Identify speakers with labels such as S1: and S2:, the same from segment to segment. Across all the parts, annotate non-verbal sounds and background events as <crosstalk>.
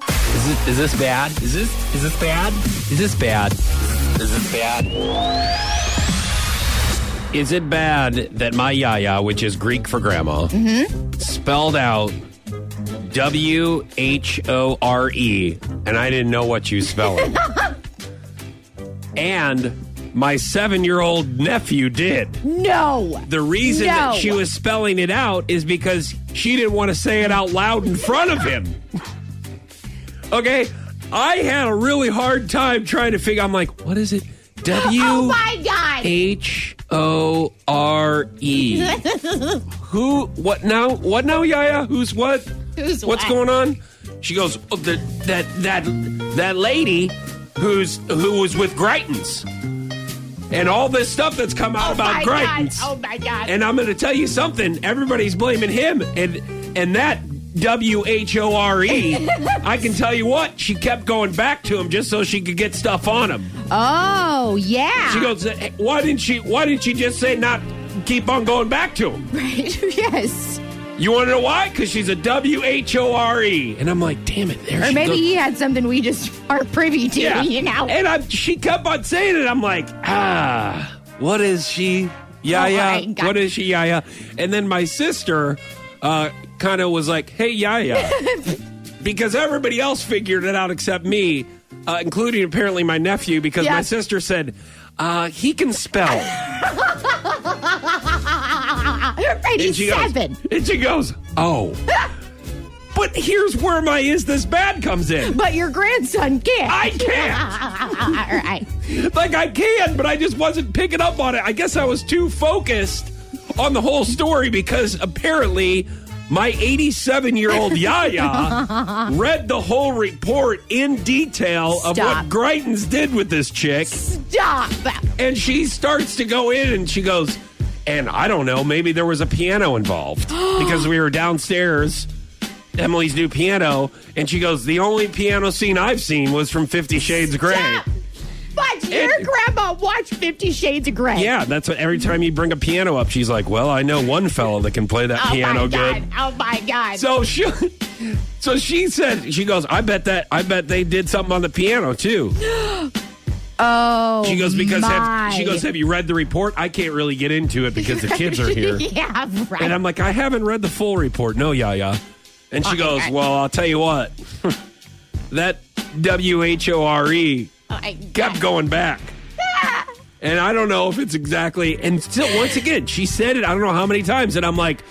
S1: Is it? Is this bad? Is this? Is this bad? Is this bad? Is this bad?
S2: Is it bad that my yaya, which is Greek for grandma, spelled out W H O R E, and I didn't know what you spelled? and my seven year old nephew did.
S3: No.
S2: The reason that
S3: No.
S2: she was spelling it out is because she didn't want to say it out loud in front of him. okay? I had a really hard time trying to figure I'm like, what is it?
S3: oh
S2: W
S3: my god.
S2: H O R E. Who what now? What now, Yaya? Who's what?
S3: Who's
S2: What's
S3: what?
S2: going on? She goes, oh, the, that that that lady who's who was with Greitens. And all this stuff that's come out
S3: oh
S2: about
S3: my
S2: Greitens.
S3: god. Oh my god.
S2: And I'm going to tell you something. Everybody's blaming him, and and that W H O R E. I can tell you what. She kept going back to him just so she could get stuff on him.
S3: oh yeah.
S2: She goes, "Hey, "Why didn't she? Why didn't she just say not keep on going back to him?
S3: <laughs> Right. yes.
S2: You want to know why? Because she's a W H O R E." And I'm like, "Damn it!" There
S3: Or
S2: she
S3: maybe
S2: goes.
S3: he had something we just <laughs> aren't privy to. <laughs> You know.
S2: And I, she kept on saying it. I'm like, ah, what is she? Yeah,
S3: Oh,
S2: yeah.
S3: I got-
S2: What is she? Yeah, yeah. And then my sister uh, kind of was like, hey, yeah,
S3: <laughs>
S2: yeah. because everybody else figured it out except me, uh, including apparently my nephew, because
S3: Yeah.
S2: my sister said, uh, he can
S3: <laughs>
S2: spell.
S3: right. He's seven.
S2: Goes, and she goes,
S3: <laughs>
S2: oh. but here's where my is this bad comes in.
S3: But your grandson can't. <laughs>
S2: I can't.
S3: All right.
S2: Like I can, but I just wasn't picking up on it. I guess I was too focused on the whole story because apparently my 87 year
S3: <laughs>
S2: old Yaya read the whole report in detail of
S3: Stop.
S2: what Greitens did with this chick.
S3: Stop.
S2: And she starts to go in and she goes, and I don't know, maybe there was a piano
S3: <gasps>
S2: involved because we were downstairs, Emily's new piano. And she goes, the only piano scene I've seen was from Fifty Shades Grey.
S3: Stop. But your
S2: It-
S3: grandma watched Fifty Shades of Grey.
S2: Yeah, that's what every time you bring a piano up, she's like, "Well, I know one fella that can play that
S3: Oh
S2: piano
S3: my god.
S2: good."
S3: Oh my god.
S2: So she, so she said, she goes, "I bet that I bet they did something on the piano too."
S3: oh.
S2: She
S3: <gasps>
S2: goes because
S3: my.
S2: have, she goes, "Have you read the report?" I can't really get into it because the kids
S3: <laughs>
S2: are here,
S3: yeah. Right.
S2: and I'm like, "I haven't read the full report." No, Yaya, and she
S3: Okay,
S2: goes,
S3: okay.
S2: "Well, I'll tell you what, <laughs> that W H O R E
S3: Oh my
S2: kept
S3: God.
S2: going back. And I don't know if it's exactly. And still, once again, she said it. I don't know how many times, and I'm like,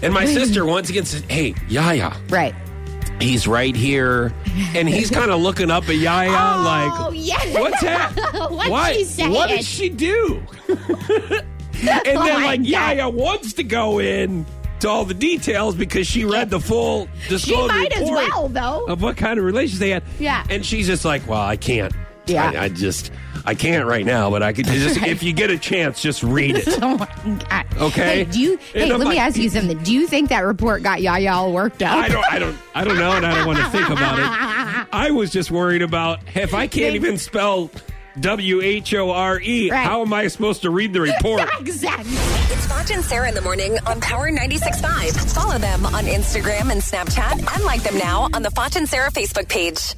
S2: and my sister once again said, "Hey, Yaya,
S3: Right.
S2: he's right here," and he's kind of looking up at Yaya
S3: Oh,
S2: like,
S3: yeah. <laughs>
S2: "What's that?
S3: What's
S2: What?
S3: she saying?"
S2: What did she do?" <laughs> and then
S3: Oh my
S2: like
S3: God.
S2: Yaya wants to go in to all the details because she read the full
S3: She
S2: disclosure
S3: might as
S2: report Oh.
S3: well though.
S2: of what kind of relations they had.
S3: Yeah.
S2: And she's just like, well, I can't.
S3: Yeah.
S2: I, I just, I can't right now, but I could
S3: <laughs>
S2: just, if you get a chance, just read it.
S3: <laughs> Oh my god.
S2: Okay.
S3: Hey, do you,
S2: And
S3: hey
S2: I'm
S3: let me
S2: like-
S3: ask you something. Do you think that report got Yaya all worked up?
S2: I don't, I don't, I don't know, and I don't want to think about
S3: <laughs>
S2: it. I was just worried about if I can't even spell W H O R E,
S3: Right.
S2: how am I supposed to read the report?
S3: <laughs> exactly.
S4: It's Foch and Sarah in the morning on Power 96.5. Follow them on Instagram and Snapchat and like them now on the Foch and Sarah Facebook page.